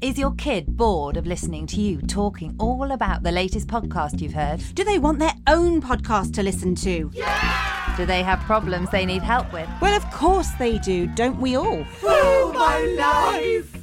Is your kid bored of listening to you talking all about the latest podcast you've heard? Do they want their own podcast to listen to? Do they have problems they need help with? Well, of course they do, don't we all?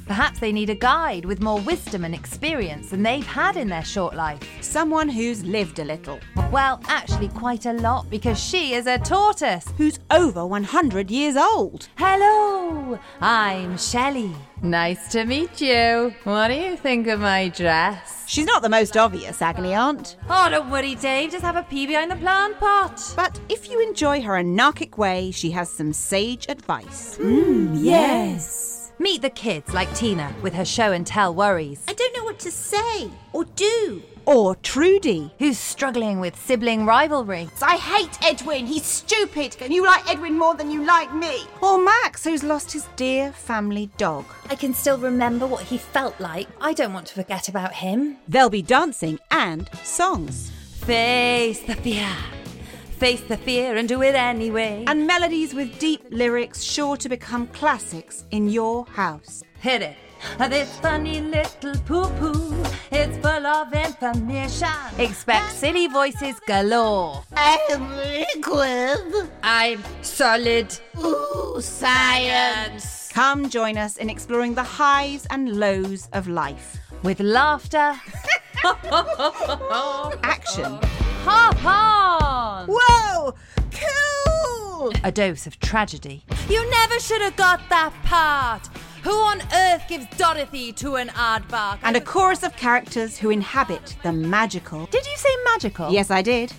Perhaps they need a guide with more wisdom and experience than they've had in their short life. Someone who's lived a little, Well, actually, quite a lot because she is a tortoise. who's over 100 years old. Hello, I'm Shelley. Nice to meet you. What do you think of my dress? She's not the most obvious agony aunt, Oh, don't worry, Dave. Just have a pee behind the plant pot. but if you enjoy her anarchic way, she has some sage advice. Yes. Meet the kids like Tina with her show and tell worries, I don't know what to say or do. Or Trudy. who's struggling with sibling rivalry. I hate Edwin. He's stupid. And you like Edwin more than you like me. Or Max, who's lost his dear family dog. I can still remember what he felt like. I don't want to forget about him. There'll be dancing and songs, Face the fear. Face the fear and do it anyway. and melodies with deep lyrics sure to become classics in your house. Hit it. This funny little poo poo, it's full of information. Expect silly voices galore. I'm liquid. I'm solid. Ooh, science. Come join us in exploring the highs and lows of life. With laughter, Action. hop on! Whoa! Cool! A dose of tragedy. You never should have got that part! Who on earth gives Dorothy to an aardvark? And a chorus of characters who inhabit the magical. Did you say magical? Yes, I did.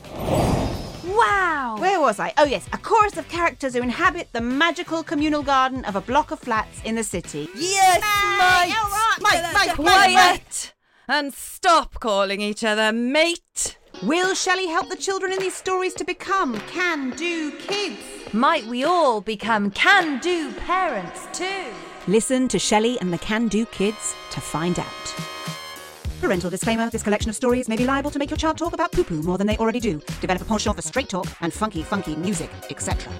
Wow! Where was I? Oh, yes, a chorus of characters who inhabit the magical communal garden of a block of flats in the city. Yes, mate. Mate, mate, mate, mate. Quiet and stop calling each other mate. Will Shelley help the children in these stories to become can do kids? Might we all become can-do parents too? Listen to Shelley and the Can Do Kids to find out. Parental disclaimer this collection of stories may be liable to make your child talk about poo poo more than they already do, develop a penchant for straight talk and funky, funky music, etc.